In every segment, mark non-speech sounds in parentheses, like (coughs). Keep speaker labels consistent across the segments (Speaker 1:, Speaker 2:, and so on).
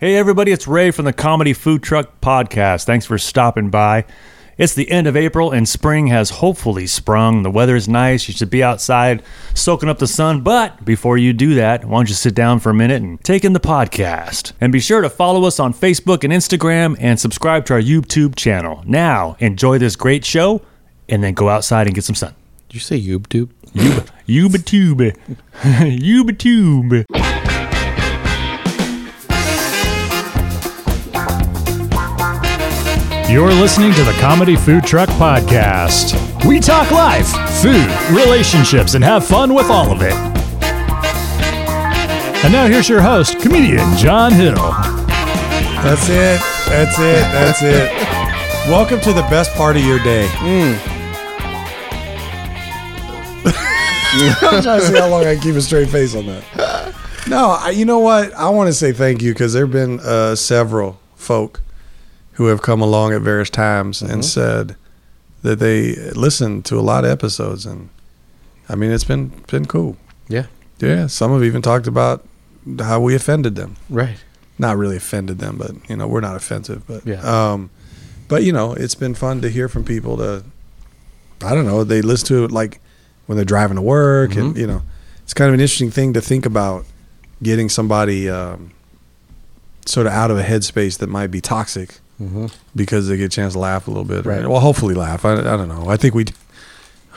Speaker 1: Hey, everybody, it's Ray from the Comedy Food Truck Podcast. Thanks for stopping by. It's the end of April and spring has hopefully sprung. The weather is nice. You should be outside soaking up the sun. But before you do that, why don't you sit down for a minute and take in the podcast? And be sure to follow us on Facebook and Instagram and subscribe to our YouTube channel. Now, enjoy this great show and then go outside and get some sun.
Speaker 2: Did you say YouTube?
Speaker 3: (laughs)
Speaker 1: YouTube. YouTube.
Speaker 3: You're listening to the Comedy Food Truck Podcast. We talk life, food, relationships, and have fun with all of it. And now here's your host, comedian John Hill.
Speaker 4: That's it. That's it. That's it. Welcome to the best part of your day. (laughs) I'm trying to see how long I can keep a straight face on that. No, I, you know what? I want to say thank you because there have been uh, several folk who have come along at various times and said that they listened to a lot of episodes, and I mean, it's been been cool.
Speaker 2: Yeah.
Speaker 4: yeah. Some have even talked about how we offended them
Speaker 2: Right.
Speaker 4: not really offended them, but you know, we're not offensive, but
Speaker 2: Yeah.
Speaker 4: um but you know, it's been fun to hear from people to I don't know, they listen to it like when they're driving to work and you know, it's kind of an interesting thing to think about getting somebody um sort of out of a headspace that might be toxic because they get a chance to laugh a little bit.
Speaker 2: Right.
Speaker 4: Well, hopefully laugh. I, I don't know. I think we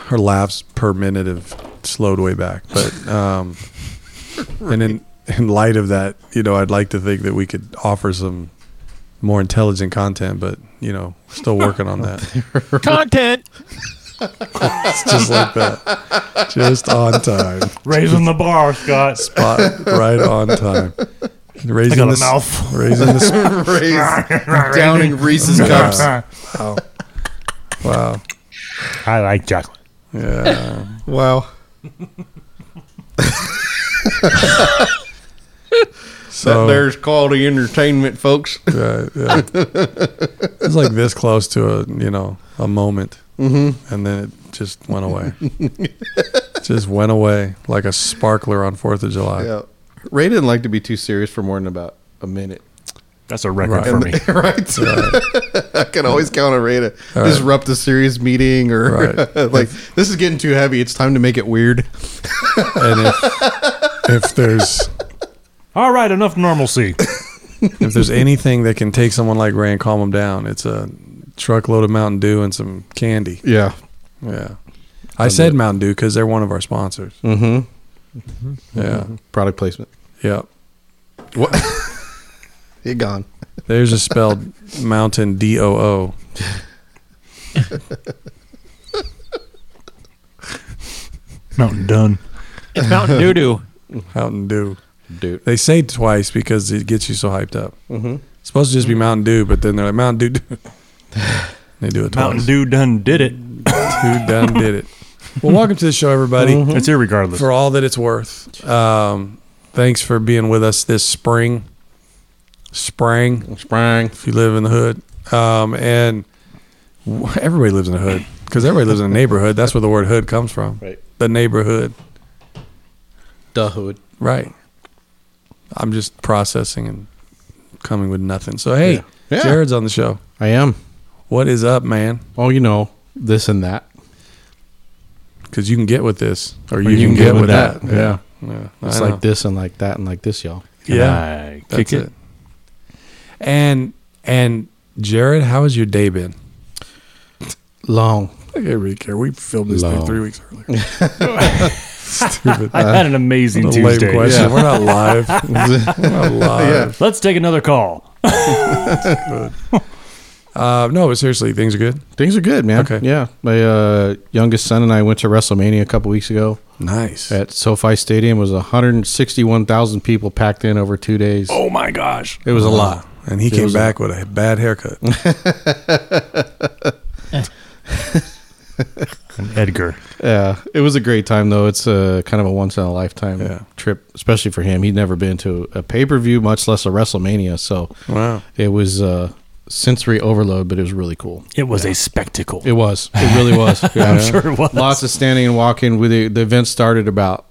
Speaker 4: our laughs per minute have slowed way back, but um and in in light of that, you know, I'd like to think that we could offer some more intelligent content, but you know, still working on that.
Speaker 3: Content!
Speaker 4: It's just like that, just on time,
Speaker 1: Raising the bar, Scott.
Speaker 4: Spot- right on time. Raising
Speaker 1: got a
Speaker 4: the s-
Speaker 1: mouthful.
Speaker 4: raising
Speaker 1: (laughs)
Speaker 4: the s-
Speaker 2: (laughs) Raise downing Reese's cups.
Speaker 1: Oh.
Speaker 4: wow,
Speaker 1: I like chocolate.
Speaker 4: yeah,
Speaker 2: Wow.
Speaker 4: so
Speaker 2: that there's quality entertainment, folks. (laughs)
Speaker 4: yeah, yeah. it's like this close to a you know a moment, mm-hmm. and then it just went away, just went away like a sparkler on Fourth of July.
Speaker 2: Yeah. Ray didn't like to be too serious for more than about a minute. (laughs)
Speaker 1: That's a record
Speaker 4: Right.
Speaker 1: for me.
Speaker 2: right. I can always count on Ray to disrupt a serious meeting or
Speaker 4: Right.
Speaker 2: (laughs) like this is getting too heavy. It's time to make it weird.
Speaker 4: And if, if there's
Speaker 1: All right, enough normalcy.
Speaker 4: if there's anything that can take someone like Ray and calm him down, it's a truckload of Mountain Dew and some candy.
Speaker 2: Yeah.
Speaker 4: Yeah. I said Mountain Dew because they're one of our sponsors.
Speaker 2: Mm-hmm.
Speaker 4: Yeah.
Speaker 1: Mm-hmm.
Speaker 2: Product placement.
Speaker 4: Yeah.
Speaker 2: What? it gone.
Speaker 4: Theirs is spelled Mountain D O O.
Speaker 1: (coughs) Mountain done.
Speaker 3: It's Mountain Doo Doo.
Speaker 4: Mountain Dew.
Speaker 2: Dude.
Speaker 4: They say it twice because it gets you so hyped up. Mm-hmm. It's supposed to just be Mountain Dew, but then they're like Mountain Dew. Dew." they do it
Speaker 1: (coughs)
Speaker 4: twice.
Speaker 1: Mountain Dew done did it.
Speaker 4: Who done did it? Well, welcome to the show, everybody.
Speaker 1: It's irregardless.
Speaker 4: for all that it's worth. Um, thanks for being with us this spring. Spring,
Speaker 2: Sprang.
Speaker 4: if you live in the hood, um, and w- everybody lives in the hood because everybody lives in a neighborhood. That's where the word hood comes from.
Speaker 2: Right.
Speaker 4: The neighborhood,
Speaker 2: The hood.
Speaker 4: right? I'm just processing and coming with nothing. So hey,
Speaker 2: Yeah. Yeah.
Speaker 4: Jared's on the show.
Speaker 2: I am.
Speaker 4: What is up, man?
Speaker 2: Oh, you know, this and that.
Speaker 4: Because you can get with this, or
Speaker 2: you can get with that.
Speaker 4: yeah. yeah.
Speaker 2: It's
Speaker 4: I know.
Speaker 2: like this and like that and like this, y'all.
Speaker 1: Can
Speaker 4: yeah.
Speaker 1: I
Speaker 4: That's
Speaker 1: kick it.
Speaker 4: it. And and Jared, how has your day been?
Speaker 2: Long.
Speaker 4: I can't really care. We filmed this
Speaker 2: Long.
Speaker 4: thing three weeks
Speaker 2: (laughs)
Speaker 4: earlier. Stupid.
Speaker 1: I had an amazing
Speaker 4: That's a Uh, lame
Speaker 1: Tuesday.
Speaker 4: question.
Speaker 2: Yeah.
Speaker 4: We're not
Speaker 2: (laughs)
Speaker 4: live. We're not live.
Speaker 1: Let's take another call.
Speaker 4: Uh, no, but seriously, things are good.
Speaker 2: Things are good, man.
Speaker 4: Okay.
Speaker 2: Yeah. My uh, youngest son and I went to WrestleMania a couple weeks ago
Speaker 4: Nice.
Speaker 2: at SoFi Stadium. It was 161,000 people packed in over two days.
Speaker 1: Oh my gosh.
Speaker 2: It was a lot.
Speaker 4: And he
Speaker 2: It
Speaker 4: came
Speaker 2: was a-
Speaker 4: back with a bad haircut.
Speaker 1: And Edgar.
Speaker 2: Yeah. It was a great time, though. It's a kind of a once in a lifetime
Speaker 4: Yeah.
Speaker 2: trip, especially for him. He'd never been to a pay per view, much less a WrestleMania. So
Speaker 4: wow.
Speaker 2: it was uh, sensory overload, but it was really cool.
Speaker 1: It was a spectacle.
Speaker 2: It was. It really
Speaker 5: (laughs)
Speaker 2: was. Yeah.
Speaker 1: I'm sure it was.
Speaker 2: Lots of standing and walking. We the, the event started about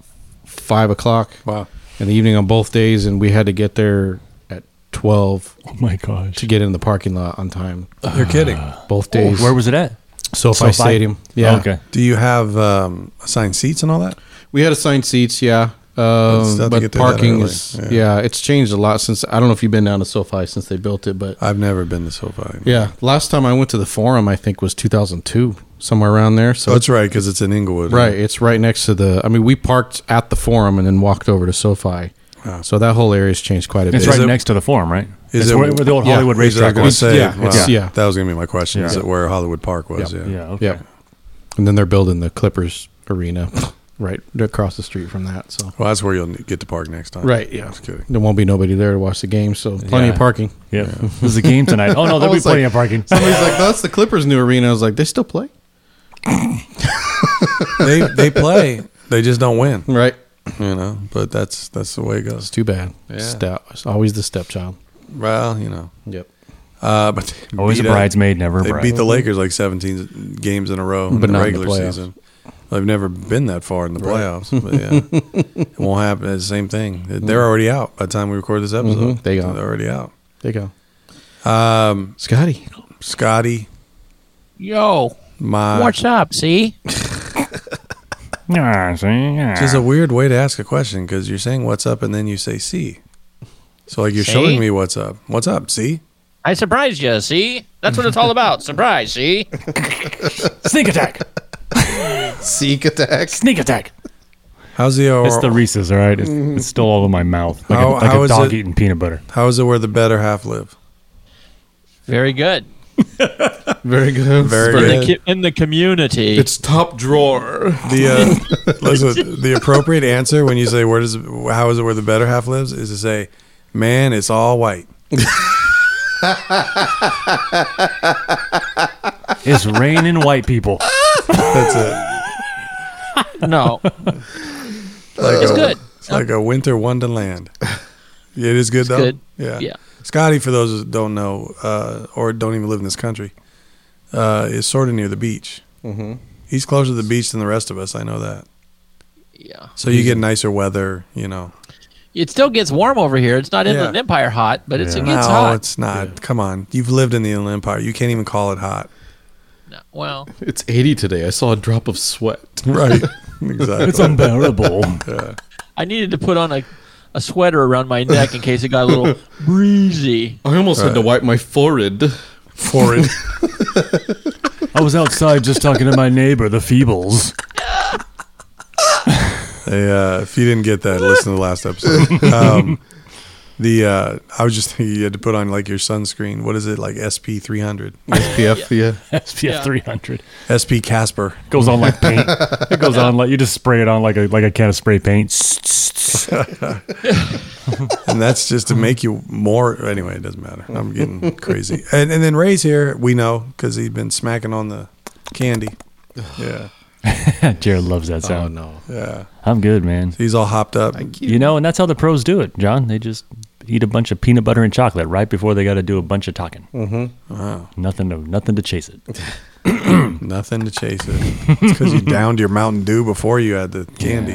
Speaker 2: five o'clock
Speaker 4: Wow.
Speaker 2: in the evening on both days, and we had to get there at
Speaker 5: twelve
Speaker 1: Oh my gosh.
Speaker 5: to get in the parking lot on time.
Speaker 1: Uh,
Speaker 4: You're kidding.
Speaker 5: Both days.
Speaker 1: Where was it at?
Speaker 5: SoFi,
Speaker 4: SoFi?
Speaker 5: Stadium? Yeah.
Speaker 1: Okay.
Speaker 4: Do you have um, assigned seats and all that?
Speaker 5: We had assigned seats. Yeah.
Speaker 4: It's
Speaker 5: Um,
Speaker 4: not to
Speaker 5: but
Speaker 4: get there that
Speaker 5: parking
Speaker 4: early,
Speaker 5: is
Speaker 4: yeah.
Speaker 5: yeah. It's changed a lot since I don't know if you've been down to SoFi since they built it, but
Speaker 4: I've never been to SoFi.
Speaker 5: yeah, last time I went to the Forum I think was 2002, somewhere around there. So
Speaker 4: Oh,
Speaker 5: it's
Speaker 4: that's right, because it's in Inglewood.
Speaker 5: right, it's right next to the. I mean, we parked at the Forum and then walked over to SoFi.
Speaker 4: Wow.
Speaker 5: So that whole area's changed quite a bit.
Speaker 1: It's
Speaker 4: Is
Speaker 1: right
Speaker 4: it-
Speaker 1: next to the forum, right?
Speaker 4: is
Speaker 1: It's
Speaker 4: it-
Speaker 1: where, where the old
Speaker 5: yeah,
Speaker 1: Hollywood
Speaker 4: Is that
Speaker 1: racetrack
Speaker 4: going to
Speaker 1: was.
Speaker 4: say?
Speaker 5: Yeah,
Speaker 4: wow,
Speaker 5: it's- yeah.
Speaker 4: That was going to be my question. Is
Speaker 1: Yeah.
Speaker 4: it where Hollywood Park was?
Speaker 5: Yeah.
Speaker 4: Yeah.
Speaker 1: Yeah. Okay.
Speaker 5: Yeah. And then they're building the Clippers arena (laughs) right across the street from that. So
Speaker 4: Well, that's where you'll get to park next time.
Speaker 5: Right, yeah.
Speaker 4: Just kidding.
Speaker 5: there won't be nobody there to watch the game. So plenty
Speaker 1: Yeah.
Speaker 5: of parking.
Speaker 1: Yep. There's a game tonight.
Speaker 4: (laughs)
Speaker 1: Oh no, there'll
Speaker 2: I
Speaker 1: be
Speaker 2: was
Speaker 1: plenty
Speaker 2: like-
Speaker 1: of parking.
Speaker 5: (laughs) Somebody's like, that's the Clippers' new arena. I was like, they still play?
Speaker 4: they they play. They just don't win.
Speaker 5: Right.
Speaker 4: You know. But that's that's the way it goes.
Speaker 5: It's too bad.
Speaker 4: Yeah.
Speaker 5: Step, it's always the stepchild.
Speaker 4: Well, you know.
Speaker 5: Yep.
Speaker 4: Uh, but they
Speaker 1: Always a
Speaker 4: beat up-
Speaker 1: bridesmaid, never a
Speaker 4: They
Speaker 1: bride.
Speaker 4: beat the Lakers like 17 games in a row in
Speaker 5: But
Speaker 4: the
Speaker 5: not in the
Speaker 4: regular
Speaker 5: playoffs.
Speaker 4: season. I've never been that far in the playoffs, but
Speaker 5: (laughs)
Speaker 4: yeah, it won't happen. It's the same thing. They're already out by the time we record this episode.
Speaker 5: Mhm, Mm-hmm. they are.
Speaker 4: They're already out.
Speaker 5: There you go.
Speaker 4: Um,
Speaker 5: Scotty.
Speaker 4: Scotty,
Speaker 6: Yo,
Speaker 4: my
Speaker 6: what's up? See,
Speaker 1: Yeah, see, Ah, yeah.
Speaker 4: Which is a weird way to ask a question because you're saying what's up and then you say see. So like you're
Speaker 6: See?
Speaker 4: showing me what's up. What's up? See?
Speaker 6: I surprised you. See, that's what it's all about. Surprise. See,
Speaker 1: sneak attack.
Speaker 2: Seek attack.
Speaker 1: Sneak attack.
Speaker 4: How's the,
Speaker 1: It's the Reese's, all right. It's, it's still all in my mouth, like
Speaker 4: Mm-hmm.
Speaker 1: a,
Speaker 4: How-
Speaker 1: like
Speaker 4: how
Speaker 1: a
Speaker 4: is
Speaker 1: dog
Speaker 4: it-
Speaker 1: eating peanut butter.
Speaker 4: how is it where the better half live?
Speaker 6: very good.
Speaker 5: Very good.
Speaker 4: Very
Speaker 6: In
Speaker 4: good.
Speaker 6: the, co- in the community,
Speaker 5: It's top drawer.
Speaker 4: The uh,
Speaker 6: (laughs)
Speaker 4: listen, the appropriate answer when you say where does how is it where the better half lives is to say, man, it's all white.
Speaker 1: It's
Speaker 4: (laughs)
Speaker 1: raining white people.
Speaker 4: That's it. (laughs)
Speaker 6: no,
Speaker 4: Like uh,
Speaker 6: it's
Speaker 4: a,
Speaker 6: good.
Speaker 4: It's like a winter wonderland. Yeah, It is good though.
Speaker 6: good.
Speaker 4: Yeah.
Speaker 6: Yeah.
Speaker 4: Scotty, for those that don't know uh, or don't even live in this country, uh, is sort of near the beach.
Speaker 5: Mm-hmm.
Speaker 4: He's closer to the beach than the rest of us. I know that.
Speaker 6: Yeah,
Speaker 4: So you get nicer weather, you know.
Speaker 6: it still gets warm over here. It's not Inland
Speaker 4: Yeah.
Speaker 6: Empire hot, but it's
Speaker 1: Yeah.
Speaker 6: it gets
Speaker 4: no,
Speaker 6: hot.
Speaker 4: it's not. Come on. You've lived in the Inland Empire. You can't even call it hot.
Speaker 6: No, well,
Speaker 5: It's 80 today. I saw a drop of sweat.
Speaker 4: Right.
Speaker 1: It's
Speaker 4: (laughs) exactly.
Speaker 1: unbearable.
Speaker 6: I needed to put on a, a sweater around my neck in case it got a
Speaker 4: (laughs)
Speaker 6: little breezy.
Speaker 5: I almost had to wipe my forehead.
Speaker 6: (laughs)
Speaker 4: Foreign.
Speaker 1: I was outside just talking to my neighbor, the (laughs) Feebles.
Speaker 4: They, uh, if you didn't get that, listen to the last episode. Um, the uh, I was just thinking you had to put on like your sunscreen. What is it like SP three hundred?
Speaker 5: SPF, yeah.
Speaker 4: (laughs)
Speaker 1: SPF 300
Speaker 4: SP Casper.
Speaker 1: goes on like paint. It goes on like you just spray it on like a like a can of spray paint. (laughs)
Speaker 4: and that's just to make you more. Anyway, it doesn't matter. I'm getting crazy. And and then Ray's here. We know because he's been smacking on the candy. Yeah,
Speaker 1: Jared loves that
Speaker 5: Oh,
Speaker 1: sound.
Speaker 4: Um,
Speaker 5: no.
Speaker 4: yeah.
Speaker 1: I'm good, man.
Speaker 4: He's all hopped up.
Speaker 1: You know, and that's how the pros do it, John. They just eat a bunch of peanut butter and chocolate right before they got to do a bunch of talking.
Speaker 4: Mm-hmm. Wow,
Speaker 1: Nothing to nothing to chase it.
Speaker 4: nothing to chase it. It's because you downed your Mountain Dew before you had the candy.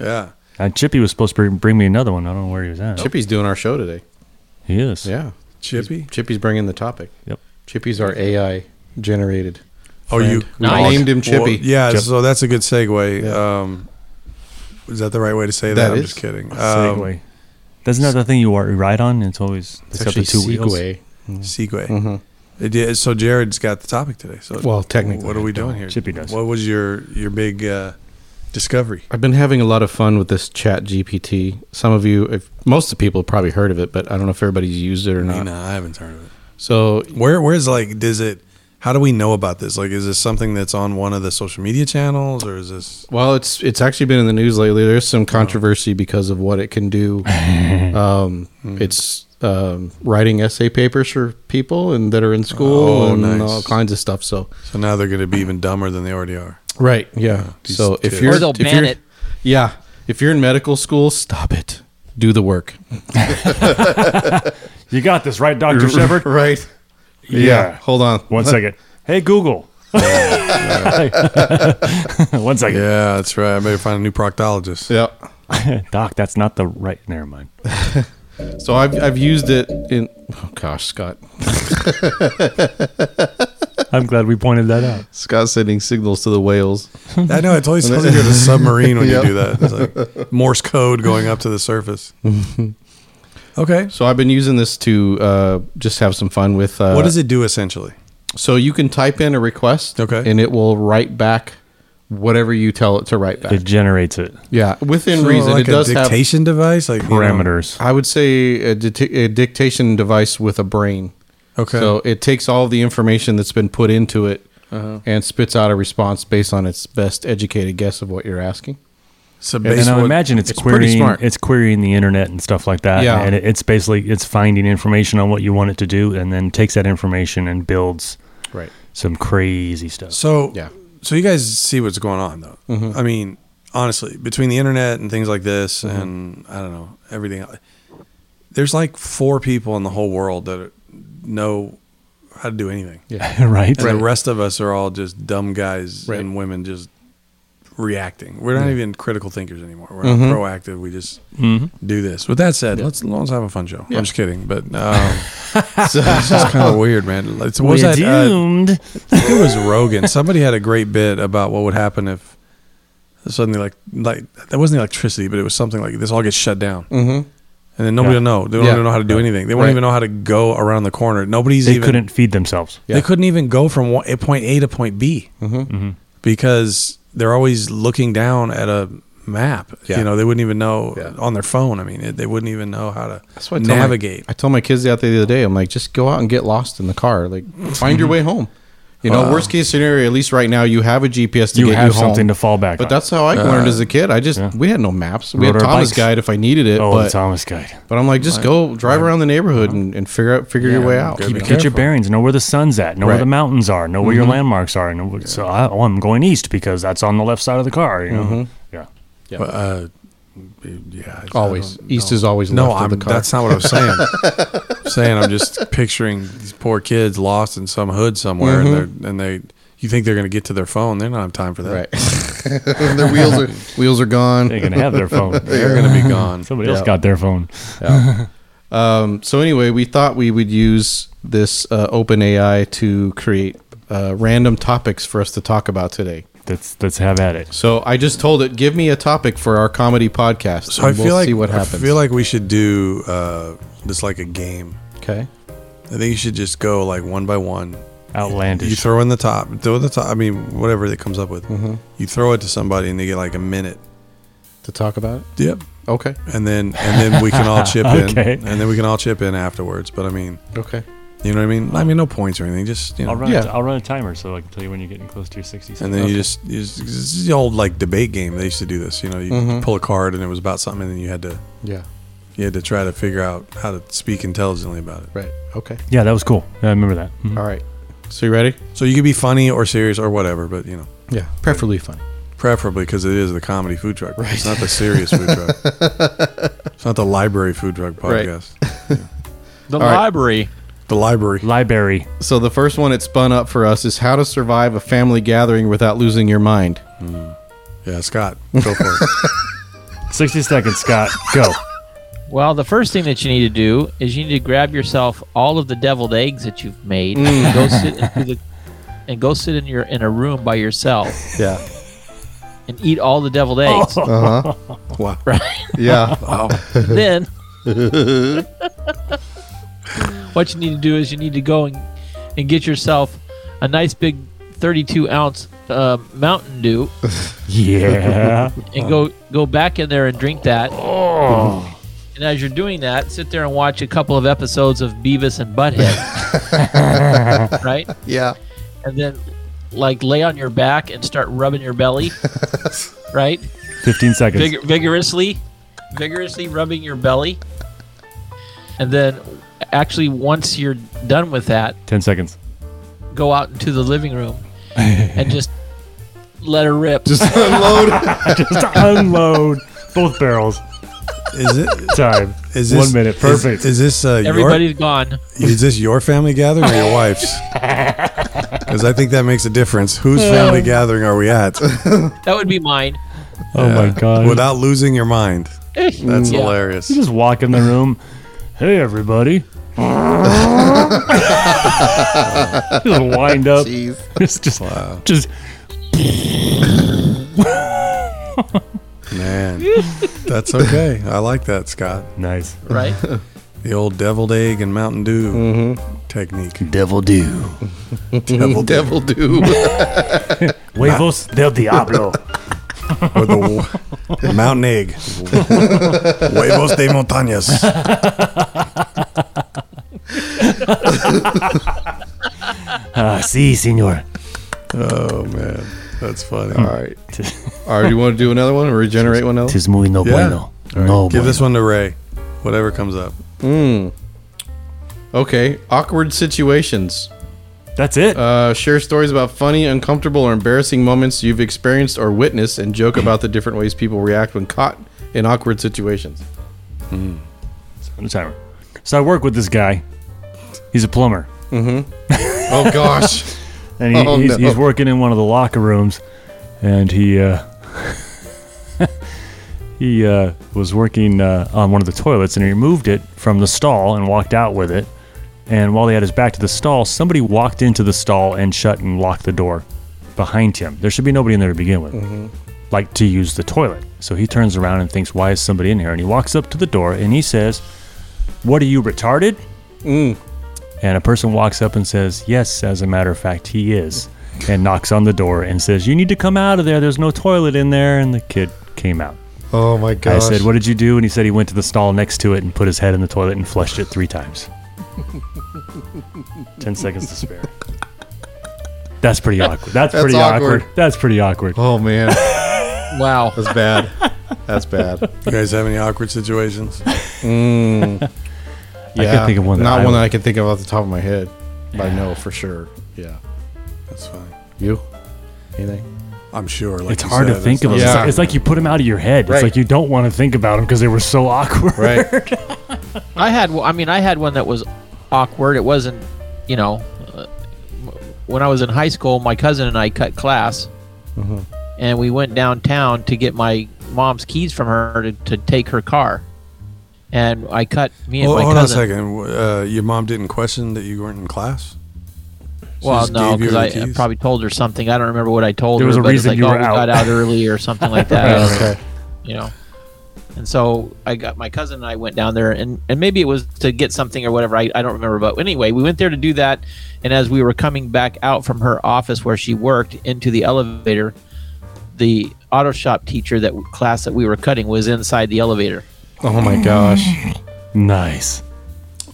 Speaker 4: Yeah.
Speaker 1: And Chippy was supposed to bring- bring me another one. I don't know where he was at.
Speaker 5: Chippy's doing our show today.
Speaker 1: He is.
Speaker 5: Yeah.
Speaker 4: Chippy.
Speaker 5: Chippy's bringing the topic.
Speaker 1: Yep.
Speaker 5: Chippy's our AI generated.
Speaker 4: Oh, you
Speaker 5: We
Speaker 6: Nice.
Speaker 5: named him Chippy.
Speaker 4: Well, yeah,
Speaker 1: Chip.
Speaker 4: so that's a good segue. Um, is that the right way to say that?
Speaker 5: That
Speaker 4: I'm
Speaker 5: is.
Speaker 4: just kidding. Um,
Speaker 1: Segway. That's another thing you are- you ride on. It's always it's got the two wheels.
Speaker 5: Segway.
Speaker 4: Segway. It is- so Jared's got the topic today. So
Speaker 5: Mm-hmm. Well, technically,
Speaker 4: what are we
Speaker 5: I don't.
Speaker 4: doing here?
Speaker 1: Chippy does.
Speaker 4: What was your your big uh, discovery?
Speaker 5: I've been having a lot of fun with this Chat GPT. Some of you, if most of the people have probably heard of it, but I don't know if everybody's used it or
Speaker 4: No,
Speaker 5: not.
Speaker 4: I haven't heard of it.
Speaker 5: So
Speaker 4: Where where's like does it? How do we know about this? Like, is this something that's on one of the social media channels, or is this?
Speaker 5: Well, it's it's actually been in the news lately. There's some controversy because of what it can
Speaker 1: (laughs)
Speaker 5: do. um, It's um, writing essay papers for people and that are in school
Speaker 4: Oh,
Speaker 5: and
Speaker 4: nice.
Speaker 5: all kinds of stuff. So
Speaker 4: So now they're going to be even dumber than they already are.
Speaker 5: right, yeah.
Speaker 4: these
Speaker 5: so
Speaker 4: kids.
Speaker 5: if you're
Speaker 6: Or they'll
Speaker 5: if
Speaker 6: ban
Speaker 5: you're-
Speaker 6: it.
Speaker 5: yeah, if you're in medical school, stop it. Do the work.
Speaker 1: You got this, right,
Speaker 5: (laughs)
Speaker 1: Doctor Shepard?
Speaker 5: right. Yeah. Hold on.
Speaker 1: One
Speaker 5: (laughs)
Speaker 1: second. Hey Google. (laughs) One second.
Speaker 4: Yeah,
Speaker 1: (laughs)
Speaker 4: that's right. I better find a new proctologist.
Speaker 5: Yeah.
Speaker 1: Doc, that's not the right. Never mind.
Speaker 5: So I've I've used it in. Oh gosh, Scott.
Speaker 1: I'm glad we pointed that out.
Speaker 5: Scott sending signals to the whales.
Speaker 4: I know. It totally sounds like you're in a submarine when
Speaker 2: Yep.
Speaker 4: you do that. It's like Morse code going up to the surface. okay.
Speaker 5: So I've been using this to uh, just have some fun with. Uh,
Speaker 4: What does it do essentially?
Speaker 5: So you can type in a request,
Speaker 4: Okay.
Speaker 5: and it will write back whatever you tell it to write back.
Speaker 1: It generates it.
Speaker 5: yeah, within
Speaker 4: So
Speaker 5: reason.
Speaker 4: like
Speaker 5: it does
Speaker 4: a
Speaker 5: have.
Speaker 4: dictation device, like you know-
Speaker 1: Parameters.
Speaker 5: I would say a, dicta- a dictation device with a brain.
Speaker 4: okay.
Speaker 5: So it takes all the information that's been put into it
Speaker 1: Uh-huh.
Speaker 5: and spits out a response based on its best educated guess of what you're asking.
Speaker 4: so
Speaker 1: And
Speaker 4: based
Speaker 1: I
Speaker 4: on
Speaker 1: imagine it's,
Speaker 5: it's pretty
Speaker 1: querying
Speaker 5: smart.
Speaker 1: it's querying the internet and stuff like that.
Speaker 5: Yeah.
Speaker 1: And it, it's basically it's finding information on what you want it to do and then takes that information and builds
Speaker 5: Right.
Speaker 1: some crazy stuff.
Speaker 4: So
Speaker 5: Yeah.
Speaker 4: So you guys see what's going on though. I mean, honestly, between the internet and things like this, and I don't know everything, there's like four people in the whole world that know how to do anything,
Speaker 1: right?
Speaker 4: and the rest of us are all just dumb guys
Speaker 5: Right.
Speaker 4: and women just reacting. We're not even critical thinkers anymore. We're
Speaker 5: Mm-hmm.
Speaker 4: not proactive. We just do this. With that said, let's let's have a fun show. I'm just kidding, but um, it's just kind
Speaker 5: (laughs)
Speaker 4: of weird, man. It's, what was
Speaker 1: We're
Speaker 4: that? uh,
Speaker 1: doomed.
Speaker 4: it was Rogan. Somebody had a great bit about what would happen if suddenly, like, like that wasn't electricity, but it was something like this all gets shut down,
Speaker 5: Mm-hmm.
Speaker 4: and then nobody
Speaker 1: Yeah.
Speaker 4: will know. They don't
Speaker 5: Yeah.
Speaker 4: even know how to do anything. They won't
Speaker 5: Right.
Speaker 4: even know how to go around the corner. Nobody's
Speaker 1: they
Speaker 4: even.
Speaker 1: couldn't feed themselves.
Speaker 5: Yeah. Mm-hmm.
Speaker 4: They couldn't even go from one, point A to point B because they're always looking down at a map.
Speaker 5: Yeah.
Speaker 4: You know, they wouldn't even know
Speaker 5: Yeah.
Speaker 4: on their phone. I mean, it, they wouldn't even know how to
Speaker 5: That's what I tell my-
Speaker 4: navigate.
Speaker 5: I told my kids out there the other day. I'm like, just go out and get lost in the car. Like, find your way home. You know, worst case scenario, at least right now, you have a GPS to
Speaker 1: You
Speaker 5: get
Speaker 1: have
Speaker 5: you home.
Speaker 1: something to fall back on.
Speaker 5: But
Speaker 1: Uh,
Speaker 5: that's how I learned as a kid. I just
Speaker 1: yeah.
Speaker 5: we had no maps. We
Speaker 1: Rode
Speaker 5: had
Speaker 1: our
Speaker 5: Thomas
Speaker 1: bikes.
Speaker 5: Guide if I needed it.
Speaker 1: Oh, the
Speaker 5: but,
Speaker 1: Thomas guide.
Speaker 5: but I'm like, just go drive around the neighborhood
Speaker 1: Uh-huh.
Speaker 5: and, and figure out figure your way out.
Speaker 4: good.
Speaker 5: You
Speaker 4: Be Mm-hmm.
Speaker 1: Get
Speaker 5: know?
Speaker 1: your bearings. Know where the sun's at. Know where
Speaker 5: Right.
Speaker 1: the mountains are. Know where your landmarks are. Know where, So I, oh, I'm going east because that's on the left side of the car. You know.
Speaker 4: Mm-hmm.
Speaker 1: Yeah.
Speaker 5: Yeah.
Speaker 4: But, uh, yeah, I- I
Speaker 5: always
Speaker 4: don't
Speaker 5: east
Speaker 4: know.
Speaker 5: is always
Speaker 4: No,
Speaker 5: left
Speaker 4: I'm,
Speaker 5: of the car.
Speaker 4: that's not what I was saying. I'm saying I'm just picturing these poor kids lost in some hood somewhere,
Speaker 5: Mm-hmm.
Speaker 4: and they are and they you think they're going to get to their phone? They're not have time for that.
Speaker 5: (laughs) (laughs) right.
Speaker 2: Their wheels
Speaker 5: (laughs)
Speaker 2: are.
Speaker 5: Wheels are gone.
Speaker 1: They can have
Speaker 4: (laughs)
Speaker 1: their phone.
Speaker 5: (laughs)
Speaker 4: They're going to be gone.
Speaker 1: Somebody else
Speaker 5: Yeah.
Speaker 1: got their phone.
Speaker 5: Um, so anyway, we thought we would use this uh, open AI to create uh, random topics for us to talk about today.
Speaker 1: Let's let's have at it.
Speaker 5: So I just told it, give me a topic for our comedy podcast.
Speaker 4: So I
Speaker 5: and
Speaker 4: feel
Speaker 5: we'll
Speaker 4: like
Speaker 5: see what happens.
Speaker 4: I feel like we should do uh, just like a game.
Speaker 5: okay,
Speaker 4: I think you should just go like one by one. You
Speaker 1: Outlandish.
Speaker 4: throw in the top, throw the top. I mean, whatever that comes up with, you throw it to somebody, and they get like a minute.
Speaker 5: to talk about it.
Speaker 4: Yep.
Speaker 5: Okay,
Speaker 4: And then and then we can all chip
Speaker 1: Okay.
Speaker 4: in, and then we can all chip in afterwards. But I mean,
Speaker 5: okay.
Speaker 4: you know what I mean? I mean, no points or anything. Just you know,
Speaker 1: I'll run.
Speaker 5: Yeah.
Speaker 1: A t- I'll run a timer so I can tell you when you're getting close to your 60
Speaker 4: And then you just, you just this is the old like debate game. They used to do this. You know, you pull a card and it was about something, and then you had to
Speaker 5: Yeah,
Speaker 4: you had to try to figure out how to speak intelligently about it.
Speaker 5: right. Okay,
Speaker 1: Oh, Yeah, that was cool. I remember that. Mhm.
Speaker 5: all right. So you ready?
Speaker 4: So you could be funny or serious or whatever, but you know,
Speaker 5: Yeah, preferably funny.
Speaker 4: preferably because it is the comedy food truck. It's not the serious food
Speaker 1: (laughs)
Speaker 4: truck. It's not the library food truck
Speaker 5: Right.
Speaker 4: podcast.
Speaker 6: The
Speaker 5: All right.
Speaker 6: library.
Speaker 4: The library.
Speaker 1: Library.
Speaker 5: So the first one it spun up for us is how to survive a family gathering without losing your mind.
Speaker 4: Yeah, Scott, go for
Speaker 1: (laughs)
Speaker 4: it.
Speaker 1: 60 seconds, Scott. Go.
Speaker 6: Well, the first thing that you need to do is you need to grab yourself all of the deviled eggs that you've made and go sit into the, and go sit in your in a room by yourself
Speaker 5: Yeah.
Speaker 6: and eat all the deviled eggs.
Speaker 4: Wow.
Speaker 5: Yeah.
Speaker 4: Wow.
Speaker 6: then what you need to do is you need to go and, and get yourself a nice big 32 ounce uh, Mountain Dew
Speaker 4: (laughs)
Speaker 1: Yeah.
Speaker 6: and go go back in there and drink that.
Speaker 4: Oh.
Speaker 6: And as you're doing that, sit there and watch a couple of episodes of Beavis and Butthead,
Speaker 4: (laughs)
Speaker 6: right?
Speaker 2: Yeah.
Speaker 6: And then like lay on your back and start rubbing
Speaker 4: (laughs)
Speaker 6: your belly, right?
Speaker 1: 15 seconds.
Speaker 6: Vigor- vigorously, vigorously rubbing your belly, and then actually once you're done with that,
Speaker 1: 10 seconds.
Speaker 6: go out into the living room and just let her rip. Just
Speaker 1: Just unload both barrels.
Speaker 4: Is it?
Speaker 1: Time.
Speaker 4: Is
Speaker 1: One
Speaker 4: this,
Speaker 1: minute.
Speaker 4: is-
Speaker 1: Perfect.
Speaker 4: Is, this uh, your
Speaker 6: everybody's gone.
Speaker 4: Is this your family gathering or your
Speaker 1: (laughs)
Speaker 4: wife's? Because I think that makes a difference. Whose family gathering are we
Speaker 1: (laughs)
Speaker 4: at?
Speaker 6: That would be mine.
Speaker 1: oh my God.
Speaker 4: Without losing your mind. That's
Speaker 6: Yeah.
Speaker 4: hilarious.
Speaker 1: you just walk in the room. Hey, everybody. (laughs) just wind up.
Speaker 2: Jeez.
Speaker 1: It's just, just (laughs)
Speaker 4: Man, that's okay. I like that, Scott.
Speaker 1: nice.
Speaker 4: (laughs)
Speaker 6: right?
Speaker 4: The old deviled egg and Mountain Dew technique.
Speaker 1: Mm-hmm. Devil do. (laughs)
Speaker 4: Devil
Speaker 2: Devil (laughs) do.
Speaker 1: Huevos del
Speaker 4: (laughs)
Speaker 1: Diablo.
Speaker 4: or the w- mountain (laughs) egg. Huevos de montañas.
Speaker 1: Ah, si, senor.
Speaker 4: Oh man, that's funny.
Speaker 5: All right. All right. You want to do another one or regenerate one else?
Speaker 1: Tis muy no
Speaker 4: Yeah.
Speaker 1: bueno. No
Speaker 4: Give this
Speaker 1: bueno.
Speaker 4: one to Ray. Whatever comes up.
Speaker 5: Mm. Okay. Awkward situations.
Speaker 1: That's it.
Speaker 5: Uh, share stories about funny, uncomfortable, or embarrassing moments you've experienced or witnessed, and joke about the different ways people react when caught in awkward situations.
Speaker 1: On the timer. So I work with this guy. He's a plumber,
Speaker 5: Oh (laughs) gosh.
Speaker 1: and he,
Speaker 5: Oh,
Speaker 1: he's,
Speaker 5: no.
Speaker 1: he's working in one of the locker rooms, and he uh, (laughs) he uh, was working uh, on one of the toilets, and he removed it from the stall and walked out with it. And while he had his back to the stall, somebody walked into the stall and shut and locked the door behind him. There should be nobody in there to begin with.
Speaker 5: Mm-hmm.
Speaker 1: Like to use the toilet. So he turns around and thinks, why is somebody in here? And he walks up to the door and he says, What are you, retarded? And a person walks up and says, Yes, as a matter of fact, he is. And knocks on the door and says, You need to come out of there. There's no toilet in there. And the kid came out.
Speaker 2: Oh my gosh.
Speaker 1: I said, What did you do? And he said he went to the stall next to it and put his head in the toilet and flushed it three
Speaker 5: (laughs)
Speaker 1: times. 10 seconds to spare. That's pretty awkward. That's,
Speaker 2: That's
Speaker 1: pretty awkward.
Speaker 2: awkward.
Speaker 1: That's pretty awkward.
Speaker 5: Oh man.
Speaker 6: Wow.
Speaker 5: That's bad. That's bad.
Speaker 4: You guys have any awkward situations?
Speaker 1: I can think of one that
Speaker 5: Not
Speaker 1: I
Speaker 5: one that
Speaker 1: would-
Speaker 5: I can think of off the top of my head. But I know for sure. Yeah.
Speaker 4: That's fine.
Speaker 5: You? Anything?
Speaker 4: I'm sure. Like
Speaker 1: It's
Speaker 4: you
Speaker 1: hard to
Speaker 4: said,
Speaker 1: think of
Speaker 4: it's
Speaker 1: them. It's,
Speaker 5: Yeah.
Speaker 1: like, it's like you put them out of your head.
Speaker 5: Right.
Speaker 1: It's like you don't want to think about them because they were so awkward.
Speaker 5: (laughs) Right.
Speaker 6: I had, I mean, I had one that was awkward. It wasn't, you know, uh, when I was in high school, my cousin and I cut class,
Speaker 4: Mm-hmm.
Speaker 6: and we went downtown to get my mom's keys from her to, to take her car, and I cut me and
Speaker 4: Well,
Speaker 6: my
Speaker 4: hold on a
Speaker 6: cousin.
Speaker 4: second. Uh, your mom didn't question that you weren't in class.
Speaker 6: Well,
Speaker 4: just
Speaker 6: no,
Speaker 4: gave you
Speaker 6: because
Speaker 4: the
Speaker 6: I, I
Speaker 4: keys?
Speaker 6: probably told her something. I don't remember what I told
Speaker 1: There
Speaker 6: her.
Speaker 1: was a
Speaker 6: but it's
Speaker 1: reason
Speaker 6: like,
Speaker 1: you
Speaker 6: oh,
Speaker 1: were
Speaker 6: we
Speaker 1: out.
Speaker 6: got out early or
Speaker 1: (laughs)
Speaker 6: something like that.
Speaker 5: okay.
Speaker 6: You know, and so I got my cousin and I went down there, and and maybe it was to get something or whatever. I, I don't remember, but anyway, we went there to do that, and as we were coming back out from her office where she worked into the elevator, the auto shop teacher that class that we were cutting was inside the elevator.
Speaker 5: Oh my gosh.
Speaker 1: (laughs) Nice.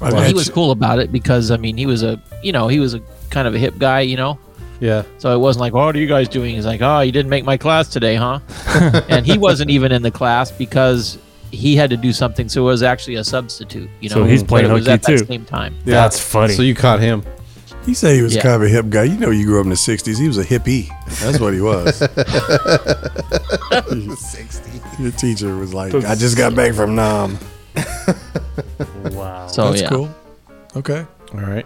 Speaker 4: I
Speaker 6: Well, he
Speaker 4: bet
Speaker 6: was
Speaker 4: you-
Speaker 6: cool about it because I mean he was a you know he was a kind of a hip guy, you know.
Speaker 5: Yeah.
Speaker 6: So it wasn't like, what are you guys doing? He's like, oh, you didn't make my class today, huh? and he wasn't even in the class because he had to do something. So it was actually a substitute, you know.
Speaker 1: So he's
Speaker 6: but
Speaker 1: playing
Speaker 6: it was
Speaker 1: hooky
Speaker 6: at
Speaker 1: too.
Speaker 6: That same time.
Speaker 5: Yeah.
Speaker 1: That's funny.
Speaker 5: So you caught him.
Speaker 4: You say he was
Speaker 6: Yeah.
Speaker 4: kind of a hip guy. You know, you grew up in the '60s. He was a hippie. That's what he
Speaker 2: (laughs)
Speaker 4: was. (laughs) Your teacher was like, "I just got back from Nam."
Speaker 1: wow.
Speaker 6: So
Speaker 4: That's
Speaker 6: Oh, yeah,
Speaker 4: cool. Okay.
Speaker 5: All right.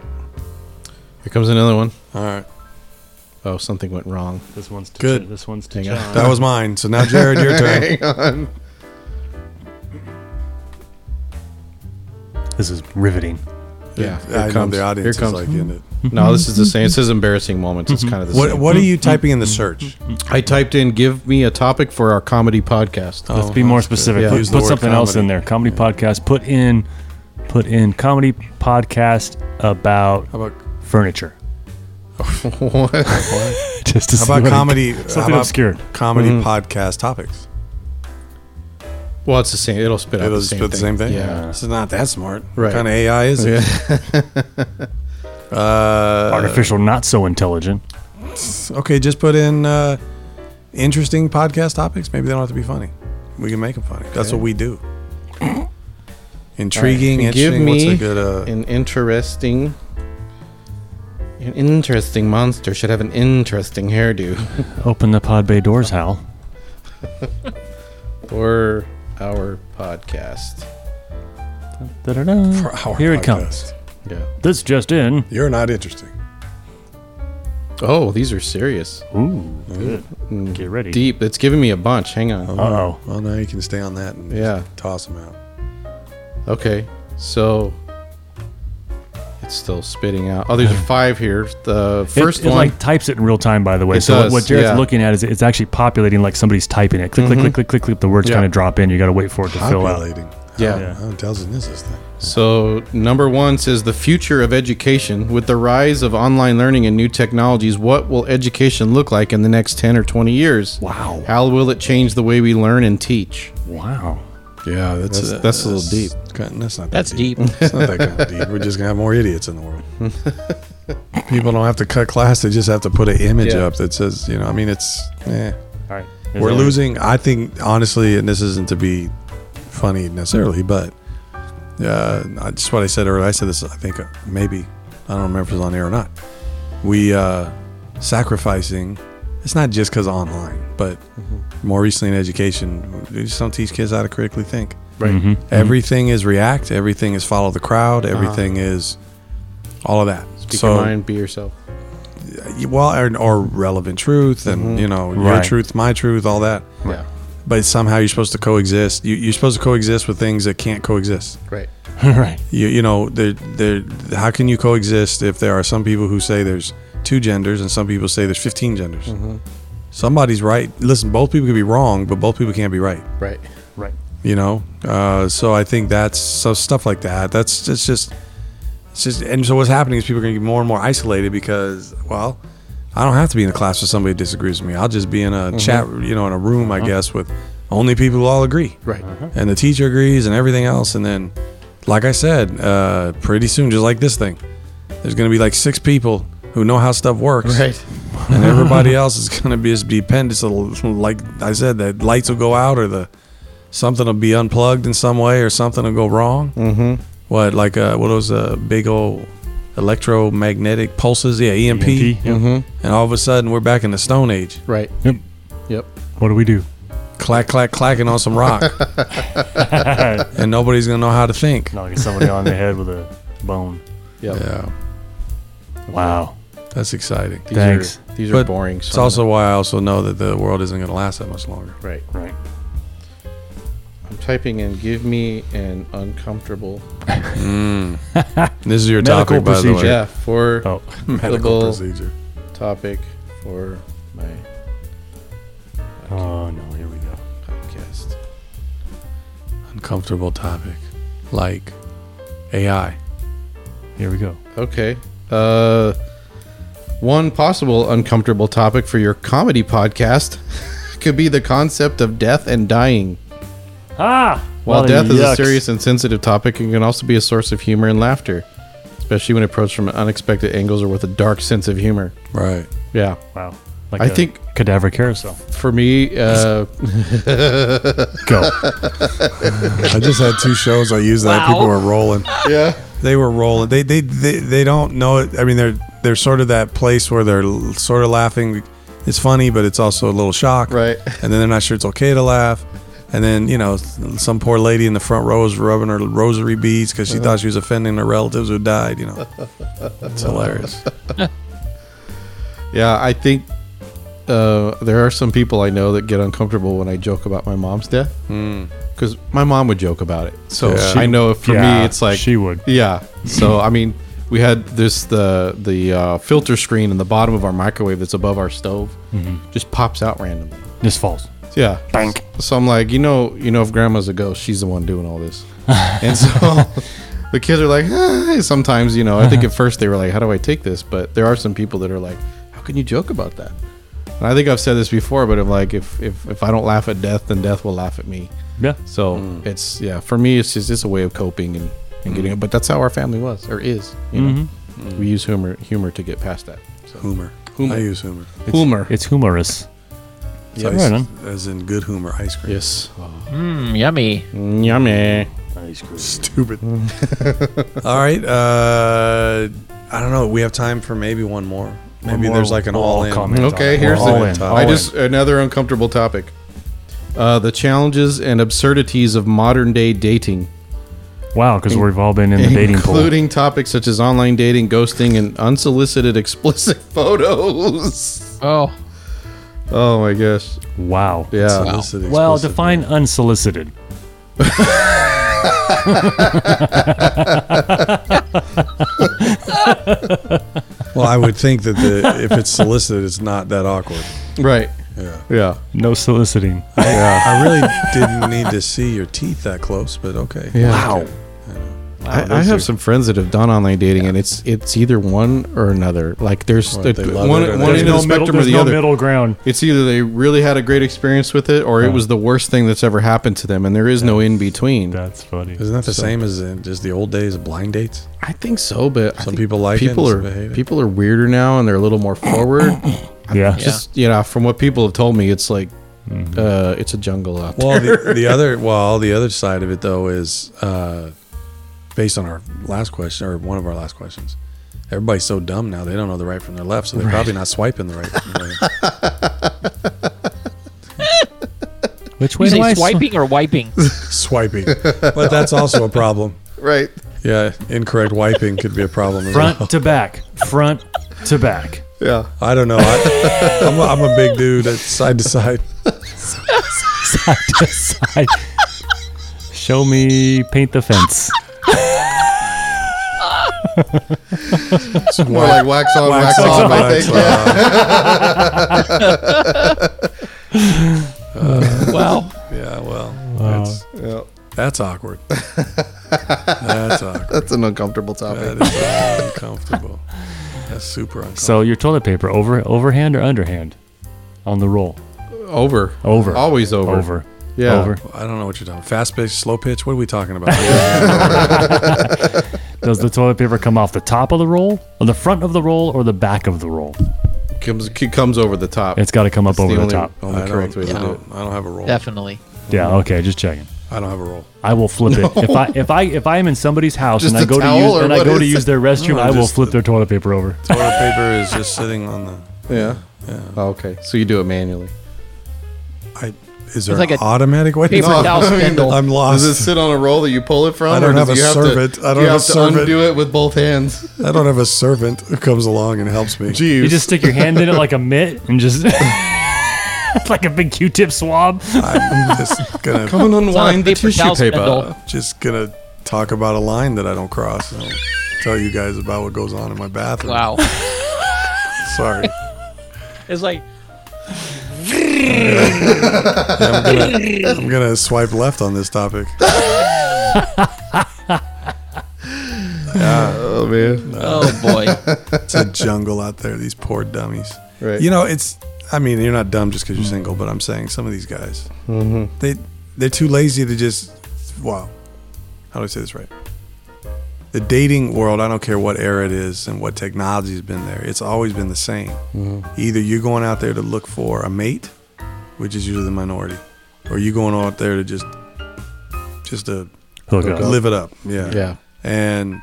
Speaker 5: Here comes another one.
Speaker 4: All right.
Speaker 5: Oh, something went wrong.
Speaker 1: This one's to
Speaker 4: Good.
Speaker 1: This one's to
Speaker 5: Hang on.
Speaker 4: That was mine. So now, Jared, your turn.
Speaker 2: Hang on.
Speaker 1: This is riveting.
Speaker 5: (laughs) Yeah.
Speaker 4: I know the audience
Speaker 5: Here comes.
Speaker 4: is like in it.
Speaker 5: no, this is the same. It says embarrassing moments. (laughs) It's kind of the
Speaker 4: What
Speaker 5: same.
Speaker 4: What are you typing in the search?
Speaker 5: I typed in "Give me a topic for our comedy podcast."
Speaker 1: Let's be more specific.
Speaker 5: Yeah.
Speaker 1: Put,
Speaker 4: Use the
Speaker 1: put
Speaker 4: word
Speaker 1: something else
Speaker 4: comedy.
Speaker 1: in there. Comedy podcast. Put in, put in comedy podcast about
Speaker 4: How about
Speaker 1: furniture.
Speaker 5: (laughs) What?
Speaker 1: Just to see
Speaker 4: How about
Speaker 1: what it-
Speaker 5: (laughs)
Speaker 4: comedy? how
Speaker 1: Something
Speaker 4: about
Speaker 1: obscure.
Speaker 4: Comedy
Speaker 5: Hmm.
Speaker 4: podcast topics.
Speaker 5: well, it's the same. It'll spit out
Speaker 4: It'll
Speaker 5: the
Speaker 4: just
Speaker 5: same
Speaker 4: put the same thing.
Speaker 5: Yeah.
Speaker 4: This is not that smart.
Speaker 5: Right.
Speaker 4: What kind of AI is it? Uh,
Speaker 1: Artificial, not so intelligent.
Speaker 4: okay, just put in uh, interesting podcast topics. Maybe they don't have to be funny. We can make them funny. That's what
Speaker 5: (coughs)
Speaker 4: we do. Intriguing,
Speaker 5: All right. Give
Speaker 4: interesting. What's
Speaker 5: me
Speaker 4: a good? Uh,
Speaker 5: An interesting, an interesting monster should have an interesting hairdo,
Speaker 1: Open the pod bay doors, Hal.
Speaker 5: or our podcast.
Speaker 1: Da-da-da.
Speaker 4: for our
Speaker 1: Here it
Speaker 4: podcast.
Speaker 1: comes.
Speaker 5: Yeah.
Speaker 1: This just in.
Speaker 4: You're not interesting.
Speaker 5: Oh, these are serious,
Speaker 1: Ooh, good. Get ready.
Speaker 5: deep. It's giving me a bunch. Hang on.
Speaker 1: Uh oh.
Speaker 4: Well, now you can stay on that and
Speaker 5: Yeah.
Speaker 4: toss them out.
Speaker 5: Okay. So it's still spitting out. Oh, there's five here. The
Speaker 1: It-
Speaker 5: first
Speaker 1: it,
Speaker 5: one.
Speaker 1: like types it in real time, by the way.
Speaker 5: It
Speaker 1: so
Speaker 5: does,
Speaker 1: what Jared's
Speaker 5: yeah.
Speaker 1: looking at is it's actually populating like somebody's typing it. Click, click, click, click, click, click. The words
Speaker 5: Yeah.
Speaker 1: kind of drop in. You got to wait for it to fill out.
Speaker 4: Populating.
Speaker 5: yeah.
Speaker 1: Yeah.
Speaker 4: Oh, it tells us this is thing.
Speaker 5: So number one says the future of education. With the rise of online learning and new technologies, what will education look like in the next ten or twenty years?
Speaker 1: Wow.
Speaker 5: How will it change the way we learn and teach?
Speaker 1: Wow.
Speaker 4: Yeah, that's
Speaker 5: That's- that's a little deep.
Speaker 4: kind- That's not that
Speaker 6: That's deep.
Speaker 4: It's not that kind of deep. We're just gonna have more idiots in
Speaker 5: (laughs)
Speaker 4: the world. People don't have to cut class; they just have to put an image
Speaker 5: Yeah.
Speaker 4: up that says, you know, I mean, it's eh.
Speaker 1: All right. There's
Speaker 4: we're
Speaker 1: only-
Speaker 4: losing. I think honestly, and this isn't to be funny necessarily, but uh, I- just what I said earlier. I said this. I think uh, maybe I don't remember if it was on air or not. We uh, sacrificing. It's not just because online, but
Speaker 5: Mm-hmm.
Speaker 4: more recently in education, they just don't teach kids how to critically think.
Speaker 5: Mm-hmm.
Speaker 1: Right.
Speaker 4: Mm-hmm. Everything is react. Everything is follow the crowd. Everything is all of that.
Speaker 5: Uh-huh. Speak
Speaker 4: so,
Speaker 5: your mind, be yourself.
Speaker 4: well, or, or relevant truth, and
Speaker 5: Mm-hmm.
Speaker 4: you know your
Speaker 1: Right.
Speaker 4: truth, my truth, all that.
Speaker 5: Yeah.
Speaker 4: But somehow you're supposed to coexist. You, you're supposed to coexist with things that can't coexist.
Speaker 5: Right.
Speaker 1: right.
Speaker 4: You, you know, there, there. How can you coexist if there are some people who say there's two genders and some people say there's 15 genders? Somebody's right. Listen, both people could be wrong, but both people can't be right
Speaker 5: Right. (laughs)
Speaker 1: Right.
Speaker 4: you know uh, so i think that's so stuff like that that's it's just it's just and so what's happening is people are going to get more and more isolated because well i don't have to be in a class with somebody who disagrees with me i'll just be in a
Speaker 5: Mm-hmm.
Speaker 4: chat you know in a room i guess with only people who all agree
Speaker 5: Uh-huh. Right.
Speaker 4: and the teacher agrees and everything else and then like i said uh, pretty soon just like this thing there's going to be like six people who know how stuff works
Speaker 5: Right.
Speaker 1: (laughs)
Speaker 4: and everybody else is going to be just be pendants. Like I said, the lights will go out, or the something will be unplugged in some way, or something will go wrong. Mm-hmm. What like uh, what those uh, big old electromagnetic pulses? Yeah, EMP.
Speaker 1: EMP, yeah.
Speaker 4: And all of a sudden, we're back in the Stone Age,
Speaker 5: Right.
Speaker 1: Yep.
Speaker 5: Yep.
Speaker 1: What do we do?
Speaker 4: clack clack clacking on some
Speaker 1: (laughs)
Speaker 4: rock, and nobody's going to know how to think.
Speaker 1: No, get somebody on the head with a bone.
Speaker 5: Yep.
Speaker 4: Yeah,
Speaker 1: Wow.
Speaker 4: that's exciting.
Speaker 5: These
Speaker 1: Thanks.
Speaker 5: Are, these are
Speaker 4: But
Speaker 5: boring.
Speaker 4: It's
Speaker 5: so-
Speaker 4: also why I also know that the world isn't going to last that much longer.
Speaker 5: right.
Speaker 1: Right.
Speaker 5: I'm typing in. Give me an uncomfortable.
Speaker 4: And this is your
Speaker 1: Medical
Speaker 4: topic, by the way.
Speaker 1: procedure.
Speaker 5: Yeah. For (laughs)
Speaker 1: Oh.
Speaker 4: Medical
Speaker 5: Medical-
Speaker 4: procedure.
Speaker 5: topic for my
Speaker 1: Oh no. Here we go.
Speaker 5: podcast.
Speaker 4: uncomfortable topic like AI.
Speaker 1: Here we go.
Speaker 5: Okay. Uh, one possible uncomfortable topic for your comedy podcast (laughs) could be the concept of death and dying.
Speaker 1: Ah.
Speaker 5: While
Speaker 1: Well,
Speaker 5: death is a serious and sensitive topic, it can also be a source of humor and laughter, especially when approached from unexpected angles or with a dark sense of humor.
Speaker 4: Right.
Speaker 5: Yeah.
Speaker 1: Wow. Like
Speaker 5: I
Speaker 1: a
Speaker 5: think
Speaker 1: cadaver carousel.
Speaker 5: for me, uh, (laughs)
Speaker 1: Go.
Speaker 4: (laughs) I just had two shows I used that people were rolling.
Speaker 5: yeah.
Speaker 4: They were rolling. They they, they they don't know it. I mean they're they're sort of that place where they're l- sort of laughing. It's funny, but it's also a little shock.
Speaker 5: Right.
Speaker 4: And then they're not sure it's okay to laugh. And then you know s- some poor lady in the front row is rubbing her rosary beads because she
Speaker 5: Uh-huh.
Speaker 4: thought she was offending her relatives who died. You know,
Speaker 5: (laughs)
Speaker 4: it's hilarious.
Speaker 5: Yeah, I think uh, there are some people I know that get uncomfortable when I joke about my mom's death because my mom would joke about it. So
Speaker 4: Yeah.
Speaker 5: I know for
Speaker 1: Yeah,
Speaker 5: me, it's like
Speaker 1: she would.
Speaker 5: Yeah. So I mean, we had this the the uh, filter screen in the bottom of our microwave that's above our stove
Speaker 1: Mm-hmm.
Speaker 5: just pops out randomly.
Speaker 1: This falls.
Speaker 5: Yeah.
Speaker 1: Bank.
Speaker 5: So I'm like, you know, you know, if grandma's a ghost, she's the one doing all this. and so (laughs) the kids are like, "Eh," sometimes, you know, I think at first they were like, how do I take this? But there are some people that are like, how can you joke about that? And I think I've said this before, but I'm like, if if, if I don't laugh at death, then death will laugh at me.
Speaker 1: Yeah.
Speaker 5: So it's yeah, for me, it's just it's a way of coping and, and getting it. But that's how our family was or is. You know, we use humor humor to get past that. So
Speaker 4: Humor.
Speaker 5: Humor.
Speaker 4: I use humor.
Speaker 5: humor.
Speaker 1: It's humorous.
Speaker 4: So
Speaker 1: right on.
Speaker 4: as in good humor ice cream.
Speaker 5: yes.
Speaker 6: Mm, yummy.
Speaker 5: Yummy.
Speaker 4: Stupid. (laughs) All right. Uh, I don't know. We have time for maybe one more. Maybe
Speaker 1: more
Speaker 4: there's like an
Speaker 1: we'll
Speaker 4: all in.
Speaker 1: comment.
Speaker 5: Okay,
Speaker 1: We're
Speaker 5: here's
Speaker 1: all
Speaker 5: the.
Speaker 1: in.
Speaker 5: I
Speaker 1: All
Speaker 5: just another uncomfortable topic. Uh, the challenges and absurdities of modern day dating,
Speaker 1: Wow, because we've all been in the dating pool.
Speaker 5: including topics such as online dating, ghosting, and unsolicited explicit (laughs) photos.
Speaker 6: Oh,
Speaker 5: Oh my gosh!
Speaker 1: Wow.
Speaker 5: Yeah.
Speaker 4: Solicit
Speaker 1: Well,
Speaker 4: explicit.
Speaker 1: define unsolicited.
Speaker 4: (laughs) Well, I would think that the, if it's solicited, it's not that awkward.
Speaker 5: Right.
Speaker 4: Yeah.
Speaker 5: Yeah.
Speaker 1: No soliciting.
Speaker 4: I, I really didn't need to see your teeth that close, but okay.
Speaker 5: Yeah. Wow. I, I have some friends that have done online dating, and it's it's either one or another. Like there's
Speaker 4: Or they
Speaker 5: the-
Speaker 4: love
Speaker 5: one,
Speaker 4: it or
Speaker 5: one
Speaker 4: they
Speaker 5: end
Speaker 4: don't.
Speaker 5: of
Speaker 1: There's middle,
Speaker 5: the spectrum or
Speaker 1: there's
Speaker 5: the
Speaker 1: no
Speaker 5: other.
Speaker 1: middle ground.
Speaker 5: It's either they really had a great experience with it, or it was the worst thing that's ever happened to them, and there is no in between.
Speaker 1: That's funny.
Speaker 4: Isn't that the same as in just the old days of blind dates?
Speaker 5: I think so, but I
Speaker 4: Some
Speaker 5: think
Speaker 4: people like it and
Speaker 5: people
Speaker 4: some
Speaker 5: are
Speaker 4: hate it.
Speaker 5: people are weirder now, and they're a little more forward.
Speaker 1: Yeah.
Speaker 5: Just you know, from what people have told me, it's like uh, it's a jungle out
Speaker 4: Well, the, the other well, the other side of it though is uh, based on our last question or one of our last questions. Everybody's so dumb now; they don't know the right from their left, so they're probably not swiping the right. From the right.
Speaker 1: Which
Speaker 6: You
Speaker 1: way do I
Speaker 6: say
Speaker 1: swi-
Speaker 6: swiping or wiping?
Speaker 4: swiping, but that's also a problem.
Speaker 2: Right.
Speaker 4: Yeah, incorrect wiping could be a problem. As well.
Speaker 1: Front to back. Front to
Speaker 5: (laughs)
Speaker 1: back.
Speaker 2: Yeah.
Speaker 4: I don't know. I, I'm, a, I'm a big dude. It's side to side.
Speaker 1: Side to side. Show me paint the fence.
Speaker 2: More like wax on, wax, off.
Speaker 4: on,
Speaker 2: I
Speaker 4: wax
Speaker 2: think. Yeah.
Speaker 6: Wow.
Speaker 4: Uh, Yeah, well, that's,
Speaker 2: Yeah.
Speaker 4: that's awkward. That's awkward.
Speaker 2: That's an uncomfortable topic.
Speaker 4: That is uncomfortable. That's super uncomfortable.
Speaker 1: So your toilet paper over overhand or underhand on the roll.
Speaker 5: over,
Speaker 1: Over.
Speaker 5: always over,
Speaker 1: Over.
Speaker 5: yeah.
Speaker 1: Over.
Speaker 4: I don't know what you're talking. Fast pitch, slow pitch. What are we talking about?
Speaker 1: Does the toilet paper come off the top of the roll, or the front of the roll, or the back of the roll?
Speaker 5: Comes it comes over the top.
Speaker 1: It's got to come up
Speaker 5: It's
Speaker 1: over the,
Speaker 5: only,
Speaker 1: top.
Speaker 5: Only
Speaker 4: I
Speaker 5: correct
Speaker 4: don't,
Speaker 5: way to
Speaker 4: I
Speaker 5: do it.
Speaker 4: don't, I don't have a roll.
Speaker 6: Definitely.
Speaker 1: Yeah. Okay. Just checking.
Speaker 4: I don't have a roll.
Speaker 1: I will flip it if I if I if I am in somebody's house
Speaker 2: Just
Speaker 1: and I
Speaker 2: a
Speaker 1: go to
Speaker 2: towel
Speaker 1: use
Speaker 2: or
Speaker 1: and I
Speaker 2: what
Speaker 1: go to
Speaker 2: is
Speaker 1: use
Speaker 2: it?
Speaker 1: their restroom,
Speaker 4: No,
Speaker 1: I will
Speaker 4: just
Speaker 1: flip
Speaker 4: the-
Speaker 1: their toilet paper over.
Speaker 4: Toilet paper is just sitting on the.
Speaker 5: Yeah. Oh, okay. So you do it manually.
Speaker 4: I, is there
Speaker 6: like
Speaker 4: an
Speaker 6: a
Speaker 4: automatic way?
Speaker 6: Paper
Speaker 4: No,
Speaker 6: towel spindle.
Speaker 4: I'm
Speaker 5: Does it
Speaker 4: lost.
Speaker 5: sit on a roll that you pull it from?
Speaker 4: I don't
Speaker 5: or does
Speaker 4: have a
Speaker 5: you
Speaker 4: servant.
Speaker 5: To,
Speaker 4: I don't
Speaker 5: you
Speaker 4: have a
Speaker 5: have,
Speaker 4: servant.
Speaker 5: to undo it with both hands.
Speaker 4: I don't have a servant who comes along and helps me.
Speaker 5: Jeez.
Speaker 1: You just stick your hand in it like a mitt and just (laughs) like a big Q-tip swab.
Speaker 4: I'm just gonna
Speaker 5: come and
Speaker 6: unwind
Speaker 5: unwind
Speaker 6: the
Speaker 5: the
Speaker 6: paper tissue towel
Speaker 5: tissue
Speaker 6: paper.
Speaker 5: paper.
Speaker 6: spindle.
Speaker 4: just gonna talk about a line that I don't cross. And I'll tell you guys about what goes on in my bathroom.
Speaker 6: Wow.
Speaker 4: Sorry.
Speaker 6: It's like
Speaker 4: I'm gonna, I'm gonna swipe left on this topic.
Speaker 2: Oh man.
Speaker 6: oh boy.
Speaker 4: It's a jungle out there. These poor dummies.
Speaker 5: Right.
Speaker 4: You know, it's. I mean, you're not dumb just because you're single, but I'm saying some of these guys, they they're too lazy to just. Wow. How do I say this right? The dating world, I don't care what era it is and what technology's been there, it's always been the same. Either you're going out there to look for a mate, which is usually the minority, or you're going out there to just just to
Speaker 1: Hook up.
Speaker 4: live it up. Yeah.
Speaker 5: Yeah.
Speaker 4: And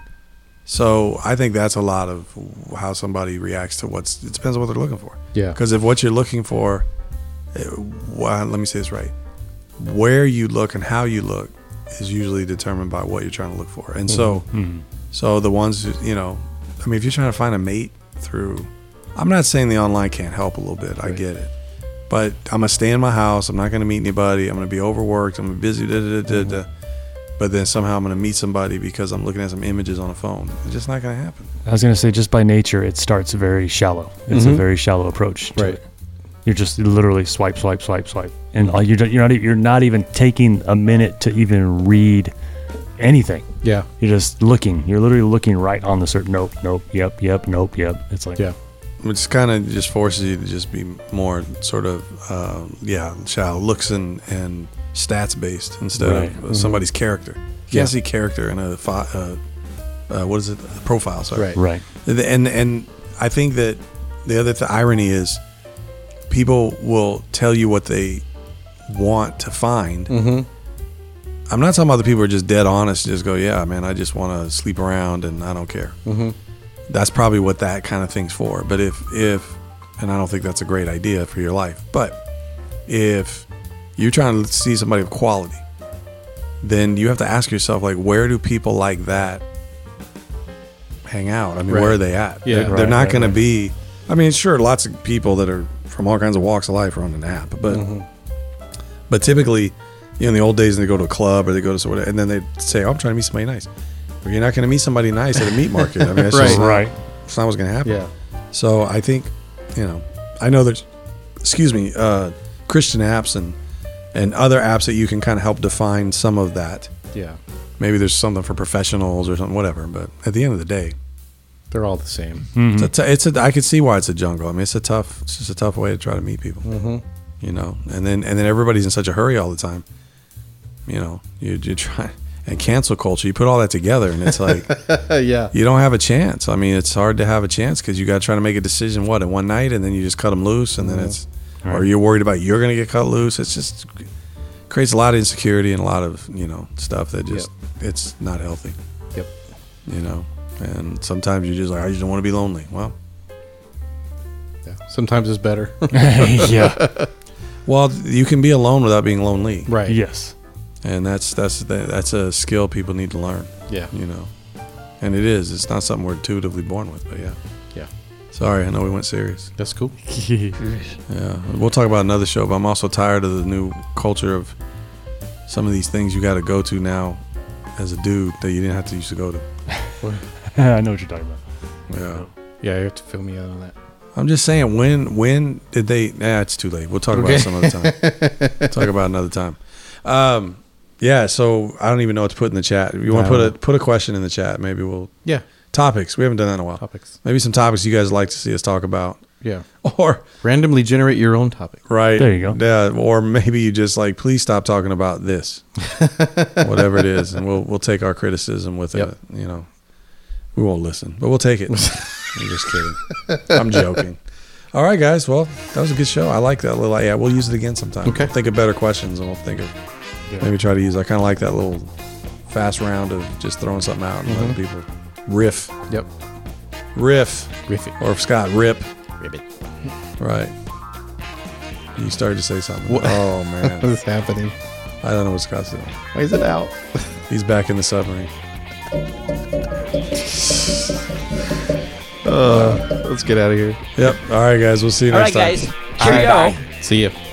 Speaker 4: so I think that's a lot of how somebody reacts to what's. It depends on what they're looking for.
Speaker 5: Yeah.
Speaker 4: Because if what you're looking for, eh, why, let me say this right, where you look and how you look is usually determined by what you're trying to look for. And so, so the ones who, you know, I mean, if you're trying to find a mate through, I'm not saying the online can't help a little bit. I get it. But I'm gonna stay in my house. I'm not gonna meet anybody. I'm gonna be overworked. I'm busy. Da, da, da, da, da. But then somehow I'm gonna meet somebody because I'm looking at some images on a phone. It's just not gonna happen.
Speaker 1: I was gonna say, just by nature, it starts very shallow. It's a very shallow approach. to
Speaker 5: Mm-hmm. Right.
Speaker 1: it. You're just literally swipe, swipe, swipe, swipe, and all- you're you're not e- you're not even taking a minute to even read anything.
Speaker 5: Yeah.
Speaker 1: You're just looking. You're literally looking right on the search. Nope, nope, yep, yep, nope, yep. It's like
Speaker 5: Yeah.
Speaker 4: which kind of just forces you to just be more sort of um, yeah child looks and and stats based instead
Speaker 1: Right.
Speaker 4: of uh, somebody's character you
Speaker 5: Mm-hmm. Yeah.
Speaker 4: can't see character in a fi- uh, uh, what is it a profile sorry
Speaker 5: Right. (laughs)
Speaker 1: right. (laughs)
Speaker 4: The- and and I think that the other th- irony is people will tell you what they want to find.
Speaker 1: Mm-hmm.
Speaker 4: I'm not talking about the people who are just dead honest, just go, yeah, man, I just want to sleep around and I don't care.
Speaker 1: Mm-hmm.
Speaker 4: That's probably what that kind of thing's for. But if if and I don't think that's a great idea for your life, but if you're trying to see somebody of quality, then you have to ask yourself like, where do people like that hang out? I mean, where
Speaker 5: Right.
Speaker 4: are they at?
Speaker 5: Yeah.
Speaker 4: they're, they're
Speaker 1: Right,
Speaker 4: not
Speaker 1: right,
Speaker 4: going
Speaker 1: right.
Speaker 4: to be. I mean, sure, lots of
Speaker 1: Mm-hmm.
Speaker 4: people that are from all kinds of walks of life are on an app, but but typically you know, in the old days, they go to a club or they go to somewhere, and then they say, oh, "I'm trying to meet somebody nice." Well, you're not going to meet somebody nice at a meat market. I mean,
Speaker 5: (laughs)
Speaker 4: that's
Speaker 5: Right.
Speaker 4: just not,
Speaker 1: Right.
Speaker 4: It's not what's going to happen.
Speaker 5: Yeah.
Speaker 4: So I think, you know, I know there's, excuse me, uh, Christian apps and and other apps that you can kind of help define some of that.
Speaker 5: Yeah.
Speaker 4: Maybe there's something for professionals or something, whatever. But at the end of the day,
Speaker 5: They're all the same.
Speaker 4: it's a, t- it's a I can see why it's a jungle. I mean, it's a tough, it's just a tough way to try to meet people. Mm-hmm. You know, and then and then everybody's in such a hurry all the time. You know, you you try and cancel culture. You put all that together, and it's like
Speaker 5: yeah.
Speaker 4: you don't have a chance. I mean, it's hard to have a chance because you got to try to make a decision what in one night, and then you just cut them loose, and then it's or you're worried about you're going to get cut loose. It's just creates a lot of insecurity and a lot of you know stuff that just it's not healthy.
Speaker 5: Yep.
Speaker 4: You know, and sometimes you're just like I just don't want to be lonely. Well.
Speaker 5: Yeah. Sometimes it's better. (laughs)
Speaker 1: yeah.
Speaker 4: Well, you can be alone without being lonely,
Speaker 5: right.
Speaker 1: Yes. (laughs)
Speaker 4: and that's that's that's a skill people need to learn.
Speaker 5: Yeah.
Speaker 4: You know, and it is. It's not something we're intuitively born with, but yeah.
Speaker 5: Yeah.
Speaker 4: Sorry, I know we went serious.
Speaker 5: That's cool.
Speaker 4: Yeah, we'll talk about another show. But I'm also tired of the new culture of some of these things you got to go to now as a dude that you didn't have to used to go to.
Speaker 1: I know what you're talking about.
Speaker 4: Yeah.
Speaker 5: Yeah, you have to fill me in on that.
Speaker 4: I'm just saying, when when did they? Nah, it's too late. We'll talk about it some other time. talk about it another time. Um, yeah. So I don't even know what to put in the chat. You want to put a put a question in the chat? Maybe we'll
Speaker 5: Yeah.
Speaker 4: topics. We haven't done that in a while.
Speaker 5: Topics.
Speaker 4: Maybe some topics you guys like to see us talk about, (laughs)
Speaker 5: Yeah.
Speaker 4: or
Speaker 5: Randomly generate your own topic.
Speaker 4: right
Speaker 1: There you
Speaker 4: Yeah. Or maybe you just like, please stop talking about this, whatever it is, and we'll we'll take our criticism with
Speaker 5: Yep.
Speaker 4: it. You know, we won't listen, but we'll take it. I'm just kidding. I'm joking. All right, guys. Well, that was a good show. I like that little. Yeah, we'll use it again sometime.
Speaker 5: Okay.
Speaker 4: We'll think of better questions, and we'll think of maybe try to use. I kind of like that little fast round of just throwing something out and letting people riff,
Speaker 5: Yep.
Speaker 4: riff,
Speaker 5: Riff it.
Speaker 4: or if Scott rip.
Speaker 5: Ribbit.
Speaker 4: Right. You started to say something.
Speaker 5: What-
Speaker 4: Oh man,
Speaker 2: (laughs)
Speaker 5: What's happening?
Speaker 4: I don't know what Scott's doing.
Speaker 5: Why is it out?
Speaker 4: He's back in the submarine.
Speaker 5: Let's get out of here.
Speaker 4: Yep. All right, guys. We'll see you
Speaker 6: All
Speaker 4: next
Speaker 6: right,
Speaker 4: time.
Speaker 6: guys. Cheerio.
Speaker 5: See ya.